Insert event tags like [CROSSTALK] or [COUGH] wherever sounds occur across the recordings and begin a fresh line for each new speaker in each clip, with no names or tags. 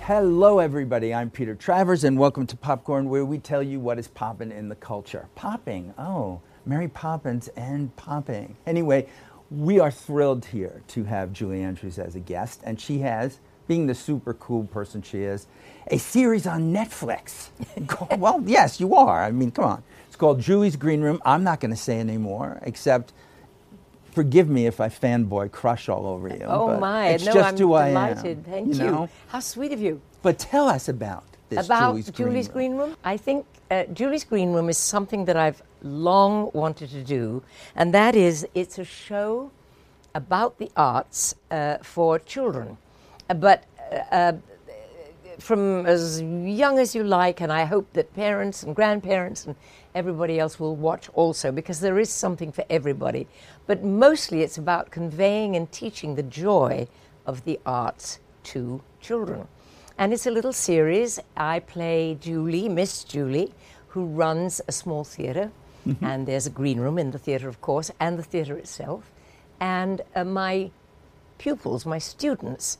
Hello, everybody. I'm Peter Travers, and welcome to Popcorn, where we tell you what is popping in the culture. Popping, oh, Mary Poppins and popping. Anyway, we are thrilled here to have Julie Andrews as a guest, and she has, being the super cool person she is, a series on
[LAUGHS]
Netflix. well, yes, you are. I mean, come on. It's called Julie's Green Room. I'm not going to say anymore, except forgive me if I fanboy crush all over you.
Oh
but
my!
It's
no,
just
I'm
who I
delighted.
am.
Thank you.
know?
How sweet of you.
But tell us about this
About
Julie's,
Julie's
Green Room.
Green Room? I think uh, Julie's Green Room is something that I've long wanted to do, and that is it's a show about the arts uh, for children, Uh, but uh, from as young as you like, and I hope that parents and grandparents and everybody else will watch also because there is something for everybody. But mostly it's about conveying and teaching the joy of the arts to children. And it's a little series. I play Julie, Miss Julie, who runs a small theater, and there's a green room in the theater, of course, and the theater itself. And uh, my pupils, my students,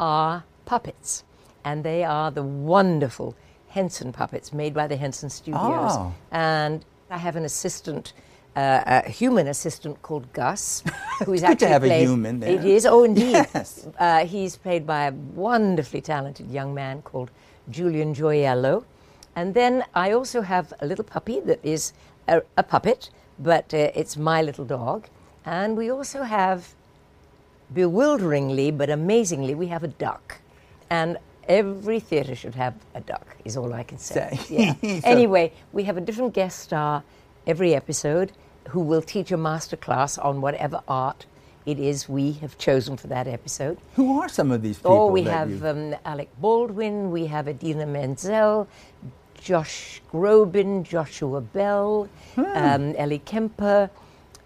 are puppets. And they are the wonderful Henson puppets made by the Henson Studios.
Oh.
And I have an assistant, uh, a human assistant called
[LAUGHS]
Gus, who is
It's good to
actually
have a
played-
human there.
It is, oh, indeed.
[LAUGHS] Yes.
Uh, he's played by a wonderfully talented young man called Julian Gioiello. And then I also have a little puppy that is a, a puppet, but uh, it's my little dog. And we also have bewilderingly but amazingly, we have a duck. And every theatre should have a duck, is all I can say.
Say. [LAUGHS]
Yeah.
So-
anyway, we have a different guest star every episode who will teach a master class on whatever art it is we have chosen for that episode.
Who are some of these people?
Or Oh, we
that
have
you-
um, Alec Baldwin, we have Adina Menzel, Josh Grobin, Joshua Bell,
Hmm.
um, Ellie Kemper,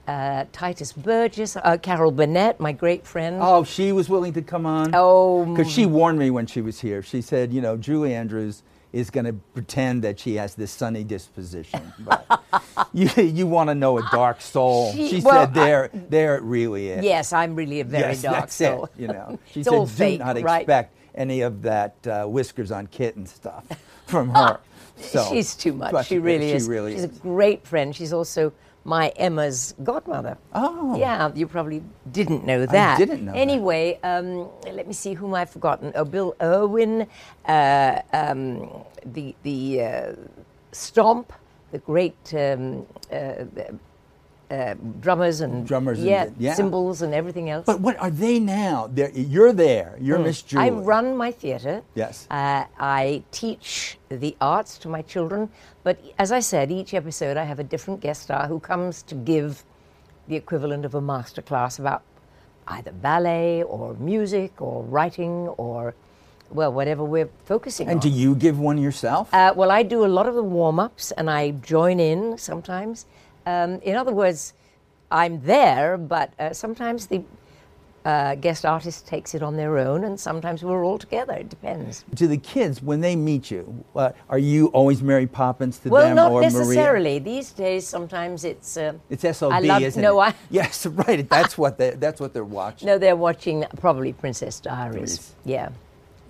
uh, Titus Burgess, uh, Carol Burnett, my great friend.
oh, she was willing to come on.
Oh,
because she warned me when she was here. She said, you know, Julie Andrews is going to pretend that she has this sunny disposition, but [LAUGHS] you, you want to know a dark soul. She,
She- well,
said, there, there it really is.
Yes, I'm really a very
yes,
dark
that's
soul.
it. You
[LAUGHS]
know, she
It's
said,
all
do
fake,
not
right?
expect any of that uh, whiskers on kitten stuff from
[LAUGHS]
her. So,
She's too much.
but
She really is.
She really
She's
is.
a great friend. She's also my Emma's godmother.
Oh.
Yeah, you probably didn't know that.
didn't know that.
Anyway, um, let me see whom I've forgotten. Oh, Bill Irwin, uh, um, the the uh, Stomp, the great um, uh, uh, drummers and
Drummers and-
yeah,
yeah.
cymbals and everything else.
But what are they now? They're, you're there. You're Miss Julie.
Mm. I run my theatre.
Yes.
Uh, I teach the arts to my children. But as I said, each episode I have a different guest star who comes to give the equivalent of a master class about either ballet or music or writing or, well, whatever we're focusing
And
on.
do you give one yourself?
Uh, well, I do a lot of the warm ups and I join in sometimes. Um, in other words, I'm there, but uh, sometimes the uh, guest artist takes it on their own, and sometimes we're all together. It depends.
to the kids when they meet you? Uh, are you always Mary Poppins to
Well,
them
not
or Maria?
necessarily. These days, sometimes it's. Uh,
It's SOB,
I love,
isn't
no,
it?
I,
[LAUGHS] yes, right. That's what they, that's what they're watching.
no, they're watching probably Princess Diaries.
Diaries.
Yeah,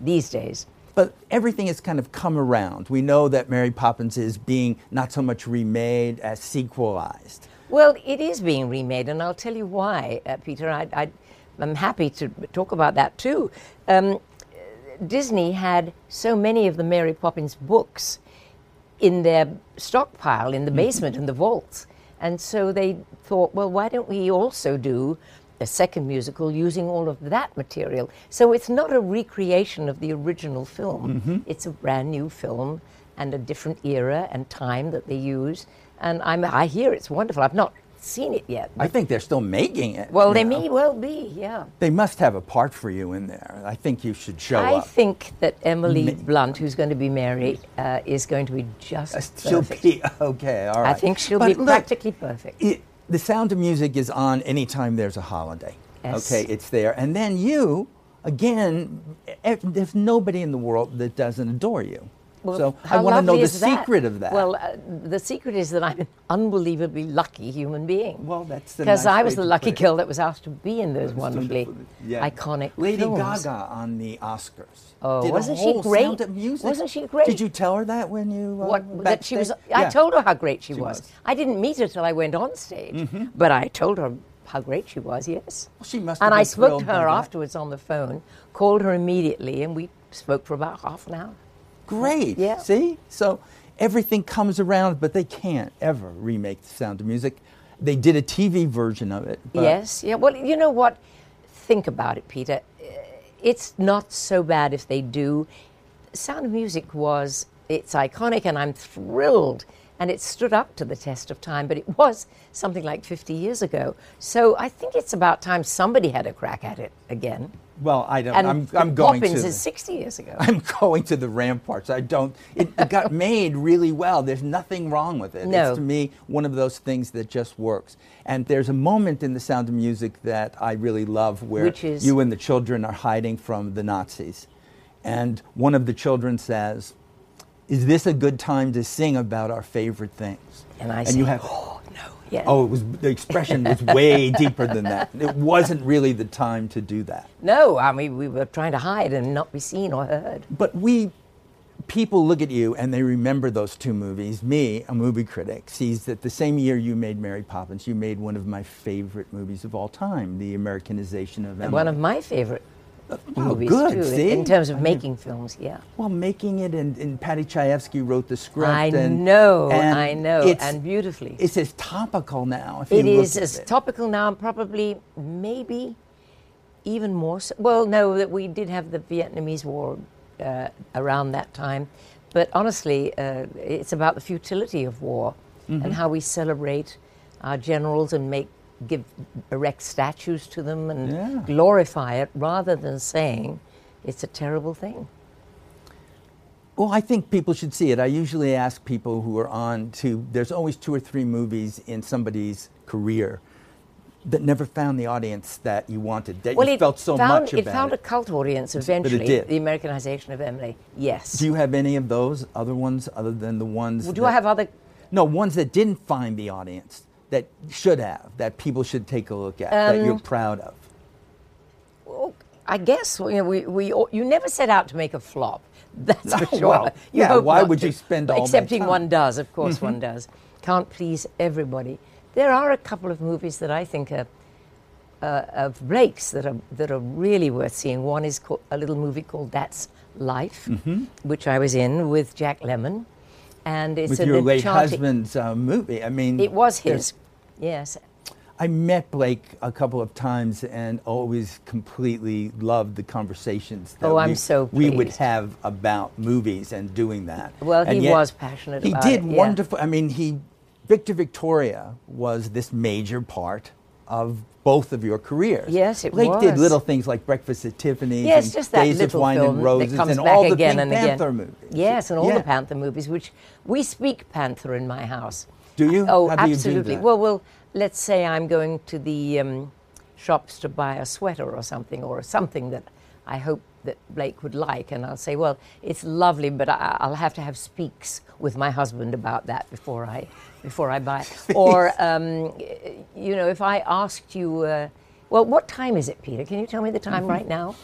these days.
But everything has kind of come around. We know that Mary Poppins is being not so much remade as sequelized.
Well, it is being remade, and I'll tell you why, uh, Peter. I, I, I'm happy to talk about that too. Um, Disney had so many of the Mary Poppins books in their stockpile in the basement in the vaults, and so they thought, well, why don't we also do a second musical using all of that material? So it's not a recreation of the original film; it's a brand new film and a different era and time that they use. And I'm, I hear it's wonderful. I've not seen it yet.
I think they're still making it.
well,
you
they
know.
may well be, yeah.
They must have a part for you in there. I think you should show
I
up.
think that Emily Blunt, who's going to be Mary, uh, is going to be
[LAUGHS]
just
She'll
perfect.
be [LAUGHS] okay. All
I
right.
think she'll
But
be
look,
practically perfect.
it, the sound of music is on anytime there's a holiday.
Yes.
Okay, it's there. And then you, again, e- there's nobody in the world that doesn't adore you.
Well,
so I
how
want to know
lovely
the
is that?
secret of that.
Well, uh, the secret is that I'm an unbelievably lucky human being.
Well, that's the
Because
nice
I
way
was
to
the lucky
put it.
girl that was asked to be in those
That's
wonderfully
wonderful. Yeah.
iconic
Lady
films.
Gaga on the Oscars.
Oh,
Did a
wasn't she
whole
great?
Sound of music.
Wasn't she great?
Did you tell her that when you uh,
What, that she was.
backstage?
I
Yeah.
told her how great she,
She was.
was.
Mm-hmm.
I didn't meet her till I went on stage, but I told her how great she was. Yes.
Well, she must have
And
been
I spoke
thrilled
to
by
her
that.
afterwards on the phone, called her immediately, and we spoke for about half an hour.
Great.
Yeah.
See? So everything comes around, but they can't ever remake The Sound of Music. They did a TV version of it. But
yes. Yeah. Well, you know what? Think about it, Peter. Uh, It's not so bad if they do. Sound of Music was it's iconic, and I'm thrilled. And it stood up to the test of time, but it was something like 50 years ago. So I think it's about time somebody had a crack at it again.
Well, I don't.
And
I'm, I'm going
Poppins
to.
is 60 years ago.
[LAUGHS] I'm going to the ramparts. I don't. It, it
[LAUGHS]
got made really well. There's nothing wrong with it.
No.
It's to me one of those things that just works. And there's a moment in The Sound of Music that I really love where
Which is-
you and the children are hiding from the Nazis. And one of the children says, Is this a good time to sing about our favorite things?
And I
and
say,
you have,
oh, no. Yeah.
Oh, it was, the expression was
[LAUGHS]
way deeper than that. It wasn't really the time to do that.
No, I mean, we were trying to hide and not be seen or heard.
But we, people look at you and they remember those two movies. Me, a movie critic, sees that the same year you made Mary Poppins, you made one of my favorite movies of all time, The Americanization of Emily.
One of my favorite movies,
Oh, good,
too,
see?
in terms of
I knew-
making films, yeah.
well, making it, and, and Patty Chayefsky wrote the script.
I
and-
know,
and
I know,
it's-
and beautifully.
It's as topical now. If
It
you look
is
at
as
it.
topical now, and probably, maybe even more so. Well, no, that we did have the Vietnamese War uh, around that time, but honestly, uh, it's about the futility of war
Mm-hmm.
and how we celebrate our generals and make give erect statues to them and
Yeah.
glorify it rather than saying it's a terrible thing.
Well, I think people should see it. I usually ask people who are on to, there's always two or three movies in somebody's career that never found the audience that you wanted, that you felt so
found,
much
it
about
found a cult audience eventually.
did.
The Americanization of Emily. Yes.
Do you have any of those other ones other than the ones?
Well, do
that-
I have other?
No, ones that didn't find the audience that should have, that people should take a look at, that
Um,
you're proud of.
oh, I guess you know, we, we all- you never set out to make a flop. [LAUGHS] That's
No,
for sure.
well,
You
yeah,
hope
why
not
would
to.
you spend all that
Excepting
time? Mm-hmm.
one does, of course, one does. Can't please everybody. There are a couple of movies that I think are uh, of breaks that are that are really worth seeing. One is called, a little movie called That's Life,
Mm-hmm.
which I was in with Jack Lemmon, and it's
With
an
your late
enchanting-
husband's uh, movie, I mean,
It was
there's-
his, yes.
I met Blake a couple of times and always completely loved the conversations that
Oh, I'm
we,
so
we would
pleased.
have about movies and doing that.
Well,
And
he
yet,
was passionate
He
about
did
it, yeah.
wonderful. I mean, he Victor Victoria was this major part of both of your careers.
Yes, it
Blake did
was.
little things like Breakfast at Tiffany's
Yes,
and
just that
Days
little
of Wine
film
and Roses
that comes
and
back
all the
again
Pink
and
Panther
again.
movies.
Yes, and all
Yeah.
the Panther movies, which we speak Panther in my house.
Do you?
Oh,
How do you do
absolutely.
that?
Well, well, let's say I'm going to the um, shops to buy a sweater or something, or something that I hope that Blake would like, and I'll say, well, it's lovely, but I, I'll have to have speaks with my husband about that before I before I
[LAUGHS]
buy. it. Or um, y- you know, if I asked you. Uh, well, what time is it, Peter? Can you tell me the time right now?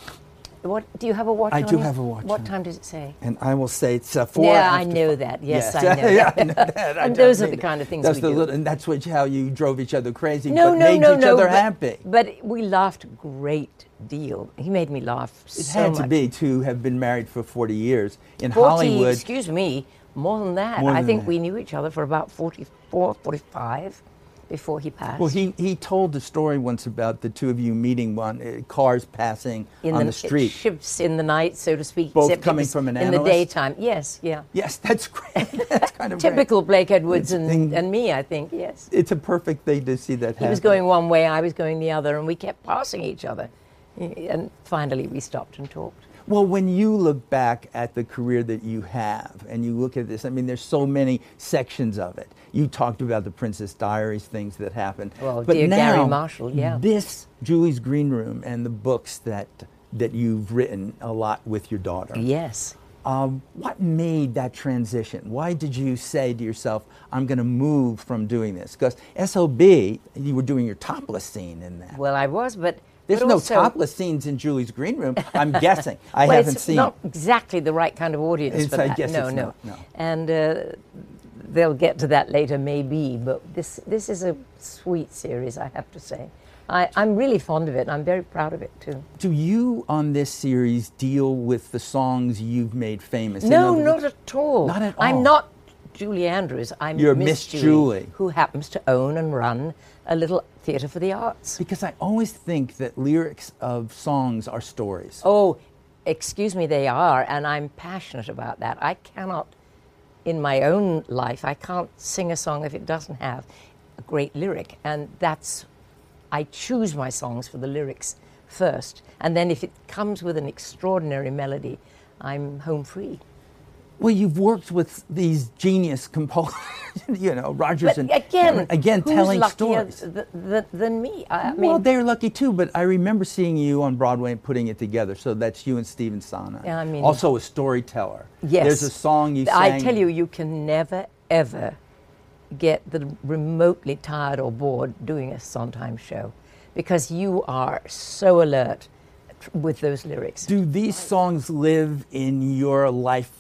What do you have a watch?
Mm-hmm. I
on
do
you?
have a watch
What
on.
time does it say?
And I will say it's uh, four.
yeah, I
after
know
five.
that. Yes,
Yes.
I
[LAUGHS]
know.
Yeah,
that.
I know that. I don't
And those are the
mean-
kind of things
that's
we
the
do.
Little, and that's what, how you drove each other crazy,
No,
but
no,
made
no,
each
no.
other
but,
happy.
but we laughed a great deal. He made me laugh
It
so
had
much.
to be to have been married for 40 years in
40,
Hollywood.
excuse me, more than that.
More
I
than
think
that.
we knew each other for about 44, 45 before he passed.
Well, he, he told the story once about the two of you meeting on uh, cars passing
in
on the,
it
street.
Shifts in the night, so to speak.
Both
except it
coming
was
from an
In the
analyst?
daytime, yes, yeah.
yes, that's [LAUGHS] great. that's
[LAUGHS]
kind of great.
Typical Blake Edwards and,
thing-
and me, I think, yes.
It's a perfect thing to see that happen.
He was going one way, I was going the other, and we kept passing each other. And finally, we stopped and talked.
Well, when you look back at the career that you have and you look at this, I mean, there's so many sections of it. You talked about the Princess Diaries, things that happened.
Well,
but
dear
now,
Gary Marshall, yeah.
This, Julie's Green Room, and the books that, that you've written a lot with your daughter.
Yes.
Um, what made that transition? Why did you say to yourself, I'm going to move from doing this? Because SOB, you were doing your topless scene in that.
Well, I was, but
There's
but
no
also-
topless scenes in Julie's green room. I'm guessing. I
[LAUGHS] well,
haven't
it's
seen.
Not exactly the right kind of audience
It's-
for
I
that.
guess
no,
it's
no,
not, no.
And uh, they'll get to that later, maybe. But this this is a sweet series, I have to say. I, I'm really fond of it. and I'm very proud of it too.
Do you on this series deal with the songs you've made famous? In
No,
other
not
words-
at all.
Not at all.
I'm not Julie Andrews. I'm
You're Miss
Miss
Julie.
who happens to own and run a little theatre for the arts.
Because I always think that lyrics of songs are stories.
Oh, excuse me, they are, and I'm passionate about that. I cannot, in my own life, I can't sing a song if it doesn't have a great lyric, and that's, I choose my songs for the lyrics first, and then if it comes with an extraordinary melody, I'm home free.
Well, you've worked with these genius composers, [LAUGHS] you know, Rogers
But
and
again,
again
who's
telling
luckier
stories.
th- th- than me? I, I mean,
well, they're lucky too, but I remember seeing you on Broadway and putting it together. So that's you and Steven Sana.
Yeah, I mean-
also a storyteller.
Yes.
There's a song you sang.
I tell you, you can never, ever get the remotely tired or bored doing a Sondheim show because you are so alert tr- with those lyrics.
Do these songs live in your life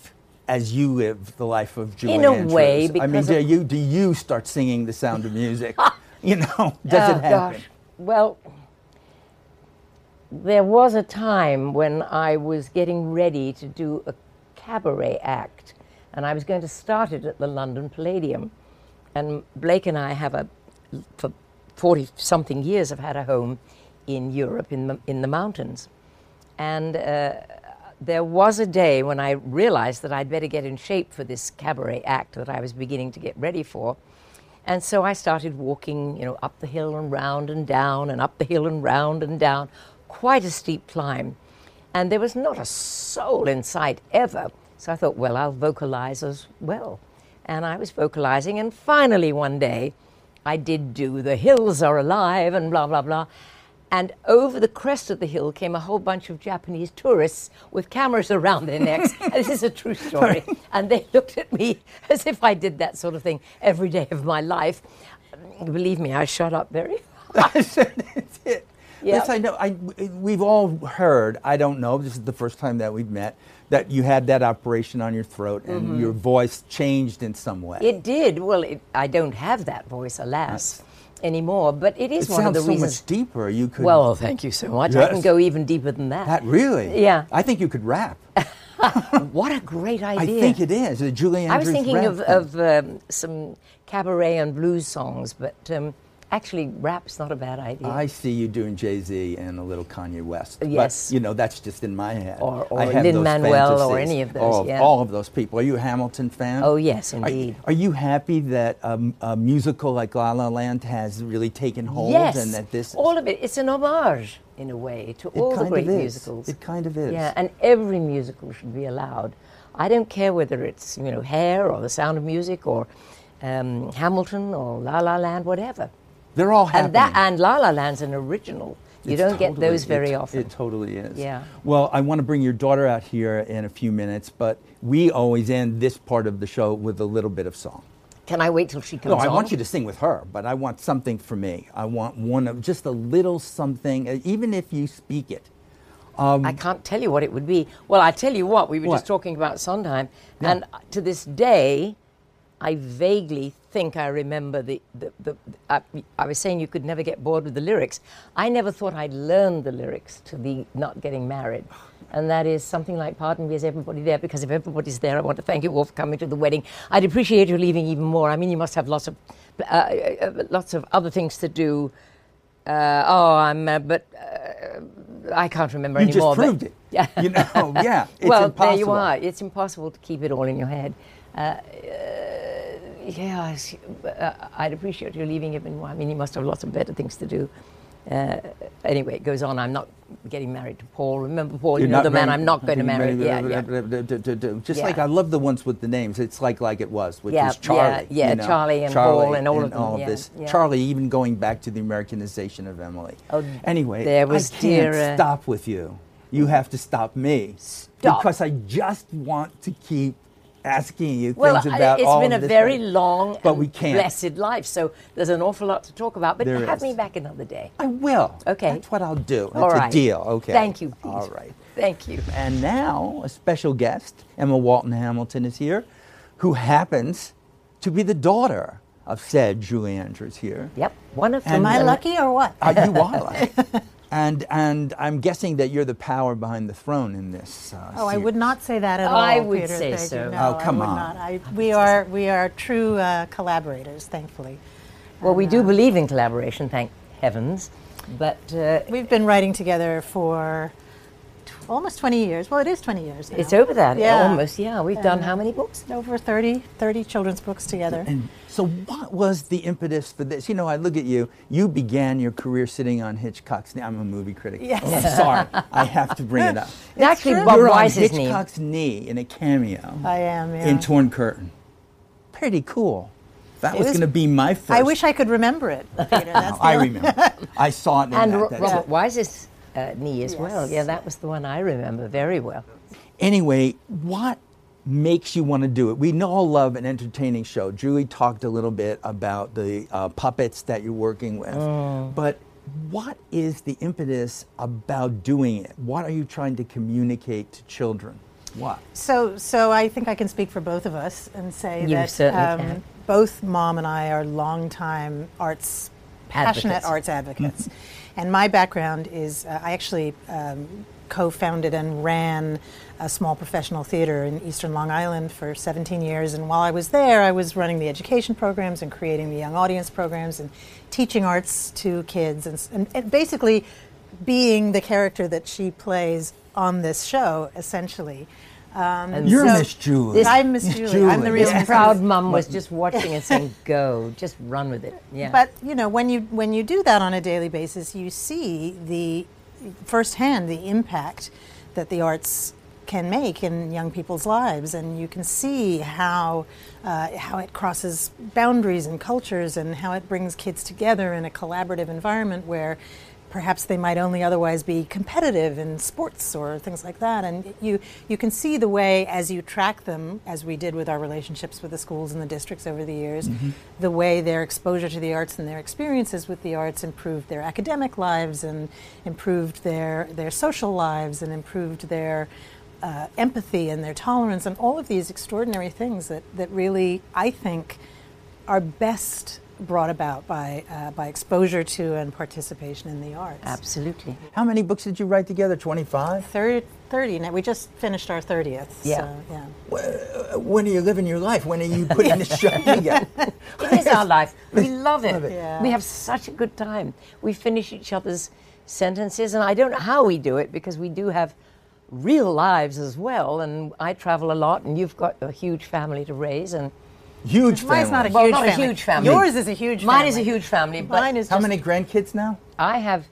as you live the life of Julie
In a
Andrews?
way,
I mean,
because
do
of-
you do you start singing The Sound of
[LAUGHS]
Music? you know, does
Oh,
it happen?
Gosh. Well, there was a time when I was getting ready to do a cabaret act, and I was going to start it at the London Palladium. And Blake and I have a, for 40 something years, have had a home in Europe, in the, in the mountains. And uh, there was a day when I realized that I'd better get in shape for this cabaret act that I was beginning to get ready for. And so I started walking, you know, up the hill and round and down and up the hill and round and down, quite a steep climb. And there was not a soul in sight ever. So I thought, well, I'll vocalize as well. And I was vocalizing, and finally one day I did do The Hills Are Alive and blah, blah, blah. And over the crest of the hill came a whole bunch of Japanese tourists with cameras around their [LAUGHS] necks. And this is a true story. And they looked at me [LAUGHS] as if I did that sort of thing every day of my life. Believe me, I shut up very.
[LAUGHS] That's it.
Yeah.
Yes, I know. I, we've all heard, I don't know, this is the first time that we've met, that you had that operation on your throat and your voice changed in some way.
Mm-hmm. It did. Well, it, I don't have that voice, alas, anymore. But it is
It
one of
sounds
the
so
reasons.
much deeper. You could.
well, thank you so much. I can
Yes.
go even deeper than that.
that really?
Yeah.
I think you could rap.
what a great idea!
I think it is. The Julie
I was
Andrews
thinking
rap
of,
thing.
of um, some cabaret and blues songs, but um, actually, rap's not a bad idea.
I see you doing Jay Z and a little Kanye West.
Yes.
But, you know, that's just in my head.
Or- or
I have those
Lin-Manuel or
fantasies
any of those,
All,
yeah.
all of those people. Are you a Hamilton fan?
Oh, yes,
Are-
indeed.
Are, you happy that um, a musical like La La Land has really taken hold
yes,
and that this.
all of it. It's an homage in a way to
it
all
kind
the great
of is.
musicals.
It kind of is.
Yeah, and every musical should be allowed. I don't care whether it's you know Hair or The Sound of Music or um, Hamilton or La La Land, whatever.
They're all happening.
And that and La La Land's an original. You
It's
don't get
totally-
those very
it-
often.
It totally is.
Yeah.
Well, I want to bring your daughter out here in a few minutes, but we always end this part of the show with a little bit of song.
Can I wait till she comes
No,
on?
I want you to sing with her, but I want something for me. I want one of just a little something, uh, even if you speak it.
I can't tell you what it would be. Well, I tell you what, we were
What?
just talking about Sondheim, and uh, to this day, I vaguely think I remember the. the, the I, I was saying you could never get bored with the lyrics. I never thought I'd learned the lyrics to the Not Getting Married. And that is something like, Pardon me, is everybody there? Because if everybody's there, I want to thank you all for coming to the wedding. I'd appreciate you leaving even more. I mean, you must have lots of, uh, uh, uh, lots of other things to do. Uh, oh, I'm, uh, but uh, I can't remember
You
anymore.
just
but-
proved it. Yeah. You know,
[LAUGHS]
yeah. It's
well,
impossible.
there you are. It's impossible to keep it all in your head. Uh, uh, yeah, I see- uh, I'd appreciate you leaving him. in- I mean, he must have lots of better things to do. Uh, anyway, it goes on. I'm not getting married to Paul. Remember, Paul, you
You're
know the man
very-
I'm not going to marry. Yeah, yeah.
yeah. Just
Yeah.
like I love the ones with the names. It's like like it was, which
Yeah,
is Charlie.
yeah, yeah,
you know,
Charlie and Paul and all of them, yeah,
this.
yeah.
Charlie, even going back to the Americanization of Emily.
Oh,
anyway,
there
I
was
can't
dear, uh,
stop with you. you have to stop me
Stop.
because I just want to keep asking you
Well,
things
I-
about
it's
all
been a
of this
very
stuff.
long
but
and
we can't.
blessed life, so there's an awful lot to talk about. But
There
have
is.
me back another day.
I will.
Okay.
That's what I'll do. It's
All right.
a deal. Okay.
Thank you. Pete.
All right.
Thank you.
And now a special guest, Emma Walton Hamilton, is here, who happens to be the daughter of said Julie Andrews here.
Yep. One of
And-
Am I
and-
lucky or what?
Uh,
[LAUGHS]
you are lucky. and and I'm guessing that you're the power behind the throne in this. Uh,
Oh, I
series.
would not say that at all.
I would
Peter.
say
Thank you.
so.
No,
Oh, come
I would
on.
Not. I, we are we are true uh, collaborators, thankfully.
Well, we do believe in collaboration, thank heavens. But uh,
We've been writing together for t- almost 20 years. Well, it is 20 years. Now.
it's over that
Yeah.
almost. Yeah, we've done how many books?
Over 30, 30 children's books together.
And so, what was the impetus for this? You know, I look at you. You began your career sitting on Hitchcock's knee. I'm a movie critic.
Yes.
Oh, I'm sorry. I have to bring it
[LAUGHS]
up.
Actually,
true.
Bob
You're on
Wise's name.
Hitchcock's knee in a cameo.
I am, yeah.
In Torn Curtain. Pretty cool. That was,
was-
going to be my first.
I wish I could remember it, Peter.
[LAUGHS]
That's the
I remember. I saw it in
And
that.
Ro-
that's
Robert
it.
Wise's uh, knee as well.
Yes.
Yeah, that was the one I remember very well.
Anyway, what makes you want to do it? We know all love an entertaining show. Julie talked a little bit about the uh, puppets that you're working with,
Oh.
but what is the impetus about doing it? What are you trying to communicate to children? What?
So, so I think I can speak for both of us and say
You
that um,
certainly can.
both mom and I are longtime arts, passionate
Advocates.
arts advocates. and my background is uh, I actually um, co-founded and ran a small professional theater in Eastern Long Island for 17 years. And while I was there, I was running the education programs and creating the young audience programs and teaching arts to kids and, s- and, and basically being the character that she plays on this show, essentially. Um,
And
You're
so-
Miss Julie.
This- I'm Miss Julie. I'm the real
This
Yeah. Miss
proud mum was just watching and saying, "Go, just run with it." Yeah.
But you know, when you when you do that on a daily basis, you see the firsthand the impact that the arts can make in young people's lives, and you can see how uh, how it crosses boundaries and cultures, and how it brings kids together in a collaborative environment where. Perhaps they might only otherwise be competitive in sports or things like that, and you you can see the way as you track them, as we did with our relationships with the schools and the districts over the years, the way their exposure to the arts and their experiences with the arts improved their academic lives and improved their their social lives and improved their uh, empathy and their tolerance and all of these extraordinary things that, that really I think are best brought about by uh, by exposure to and participation in the arts.
Absolutely.
How many books did you write together? 25?
Thir- 30 now we just finished our 30th
Yeah.
so yeah
When are you living your life? When are you putting the
[LAUGHS]
show together?
It is our life. [LAUGHS] We love it.
it.
Yeah.
We have such a good time. We finish each other's sentences, and I don't know how we do it because we do have real lives as well. And I travel a lot, and you've got a huge family to raise. And
[LAUGHS] Huge
mine's not
family.
a
Well, not
huge
a
family
huge family.
yours is a huge
mine
family.
is a huge family, but
mine is
How
just
many grandkids now?
I have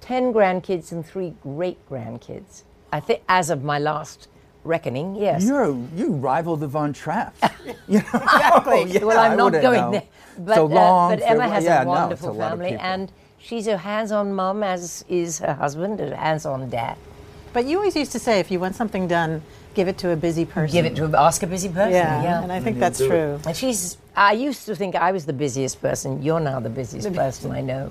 ten grandkids and three great grandkids. I think, as of my last reckoning, yes.
You're you rival the Von Trapps.
[LAUGHS]
Exactly.
well,
Oh, I
I'm not
wouldn't
going
know.
there. But,
So
uh,
long,
but Emma
farewell-
has
yeah,
a
no, it's a
wonderful
lot of
family,
people.
and she's a hands-on mum, as is her husband, a hands-on dad.
But you always used to say, if you want something done, give it to a busy person.
Give it to ask a busy person.
Yeah,
Yeah.
and
And,
I think
you'll
that's
do it.
true.
she's. I used to think I was the busiest person. You're now the busiest person I [LAUGHS] know.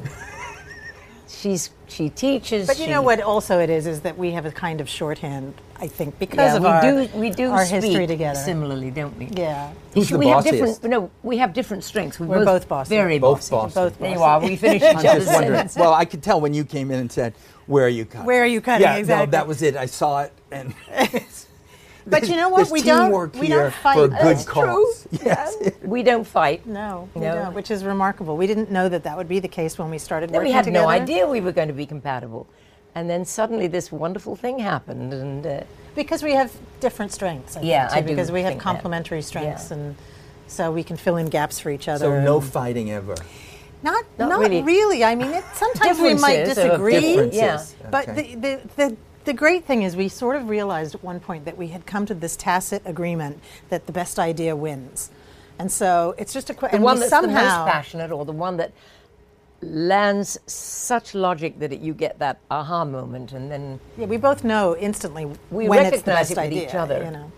she's. She teaches.
But you
she-
know what? Also, it is is that we have a kind of shorthand. I think because
yeah,
of
we
our
do. We do
our
speak
history together.
Similarly, don't we?
yeah,
Who's the
we have different.
bossiest?
No, we have different strengths. We're,
We're both bossy.
Very
Both
bossy.
bossy.
both.
There
bosses.
you are. We [LAUGHS] finish each
I'm just
other's
wondering.
sentences.
Well, I could tell when you came in and said, "Where are you cutting?"
Where are you cutting?
Yeah, no,
Exactly.
that was it. I saw it,
[LAUGHS]
and
But you know
[LAUGHS]
what?
There's
We don't.
teamwork
We
here
don't fight.
for a good
That's true.
cause. Yes,
we don't fight.
No, we
No.
don't, which is remarkable. We didn't know that that would be the case when we started
Then
working
we had
together.
no idea we were going to be compatible. And then suddenly this wonderful thing happened. And uh,
because we have different strengths. I
Yeah,
think, too,
I do
Because we have
think that.
complementary strengths,
Yeah.
and so we can fill in gaps for each other.
so no
and-
fighting ever.
Not,
Not
not really.
really.
I mean, it, sometimes we might
Differences of
disagree.
differences.
Yeah.
But
Okay.
the, the, the, the great thing is, we sort of realized at one point that we had come to this tacit agreement that the best idea wins. And so it's just a
the
question.
one that's
somehow,
the most passionate or the one that lands such logic that it, you get that aha moment, and then
Yeah, we both know instantly
we
when it's the
recognize
best
it with
idea.
each other.
You know,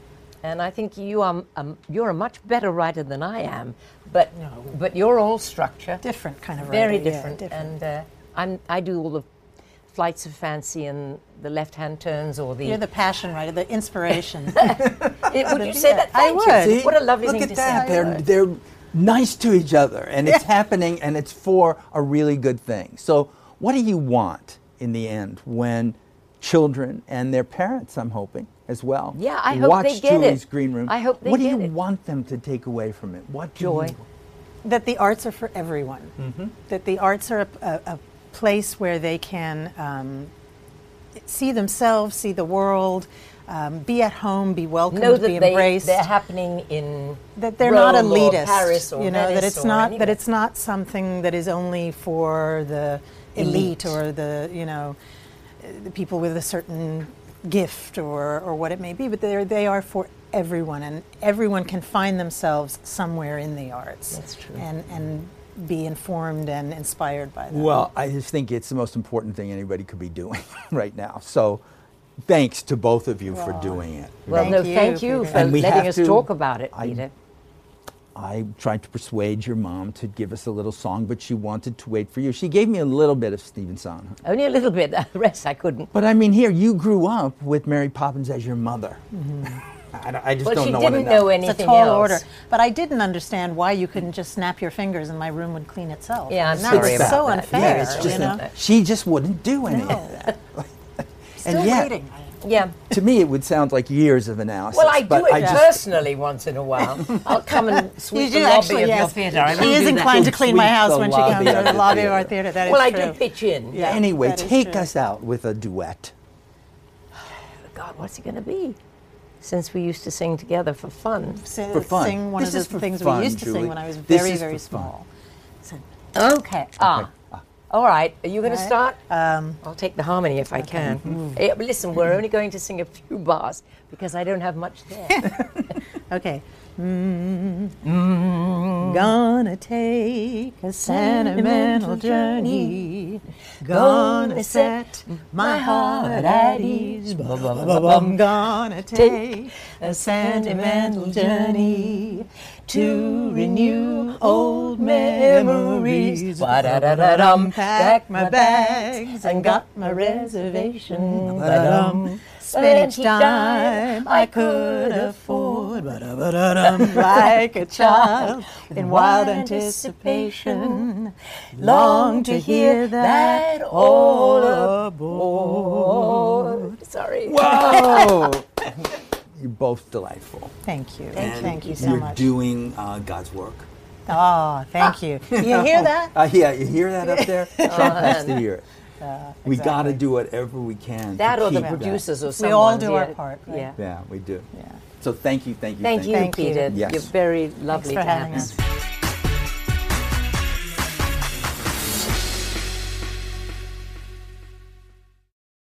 And I think you are um, you're a much better writer than I am, but but you're all structure,
different kind of
very
writer, yeah,
different, and uh, I'm, I do all the flights of fancy and the left-hand turns or the.
You're the passion writer, the
[LAUGHS]
inspiration.
Eh, would you say that?
I
Thank
would.
You.
See?
What a lovely
Look
thing
at
to
that.
say.
They're, they're nice to each other, and it's happening, and it's for a really good thing. So, what do you want in the end when children and their parents, I'm hoping, as well,
Yeah, I hope
watch
they get it.
Julie's Green Room?
I hope they
What do
get
you
it.
want them to take away from it? What do
Joy.
You,
that the arts are for everyone. That the arts are a, a, a place where they can um, see themselves, see the world, um, be at home, be welcomed,
know
be
that they,
embraced.
they're happening in
that they're
Rome
not elitist,
or Paris or
you know. that
Venice
it's
or
not
anywhere.
that it's not something that is only for the elite, or the you know the people with a certain gift or or what it may be. But they they are for everyone, and everyone can find themselves somewhere in the arts.
That's true.
And and be informed and inspired by them.
Well, I just think it's the most important thing anybody could be doing [LAUGHS] right now. So, thanks to both of you for doing it.
Well,
Thank
no,
you,
thank you
Peter.
for
And we
letting
have
us
to-
talk about it,
I-
Peter.
I tried to persuade your mom to give us a little song, but she wanted to wait for you. She gave me a little bit of Stephen Sondheim.
Only a little bit. [LAUGHS] The rest I couldn't.
But I mean, here, you grew up with Mary Poppins as your mother. [LAUGHS] I, don't- I just
Well,
don't
she
know what
didn't
enough.
know anything
It's a tall
else.
order, but I didn't understand why you couldn't just snap your fingers and my room would clean itself.
Yeah, I'm
And that was
sorry about
so
that.
unfair.
Yeah, it's just
you know?
that she just wouldn't do any
No.
of that.
Still
and yet,
waiting.
Yeah.
to me, it would sound like years of analysis.
Well, I do
but
it
I just,
personally once in a
[LAUGHS]
while. I'll come and
You
sweep the
do
lobby
actually,
of
yes.
your theatre. I
She
will
is
do that.
inclined to
Who
clean my
sweeps
house
the
when she
lobby
comes
of
to the
the
lobby of our
theater?
theater. That is
Well, I
true.
do pitch in.
Yeah,
anyway,
that is
take
true.
us out with a duet.
God, what's it going to be? Since we used to sing together for fun.
Sing-
for fun.
Sing one
This
of
is
the
for
things
fun,
we used to
Julie.
sing when I was
This
very,
is
very
for fun.
small. So,
Okay. Ah. All right. Are you going to
All
start? Um, I'll take the harmony if I can.
Mm-hmm.
Eh, listen, we're only going to sing a few bars because I don't have much there.
okay. Mm. Gonna take a sentimental journey. Gonna set [LAUGHS] my heart at ease. I'm gonna take a sentimental journey to renew old memories. Ba-da-da-da-dum. Packed my bags and got my reservation. Ba-dum. Spent each dime I could afford. [LAUGHS] Ba-da-ba-da-dum. Like a child [LAUGHS] in wild anticipation. Long to hear that all aboard.
Sorry.
Whoa! [LAUGHS] You're both delightful.
Thank you. Thank you so
You're
much.
doing uh, God's work.
Oh, thank [LAUGHS] you. You hear that?
Uh, yeah, you hear that up there? Trump has to hear it. We got to do whatever we can. to
That or the
keep that.
producers or
We
someone.
all do our
yeah.
part, right?
Yeah.
Yeah, we do. So thank you, thank you,
Thank you,
Thank you.
Peter.
Yes.
You're very lovely
for
to have
having us.
us.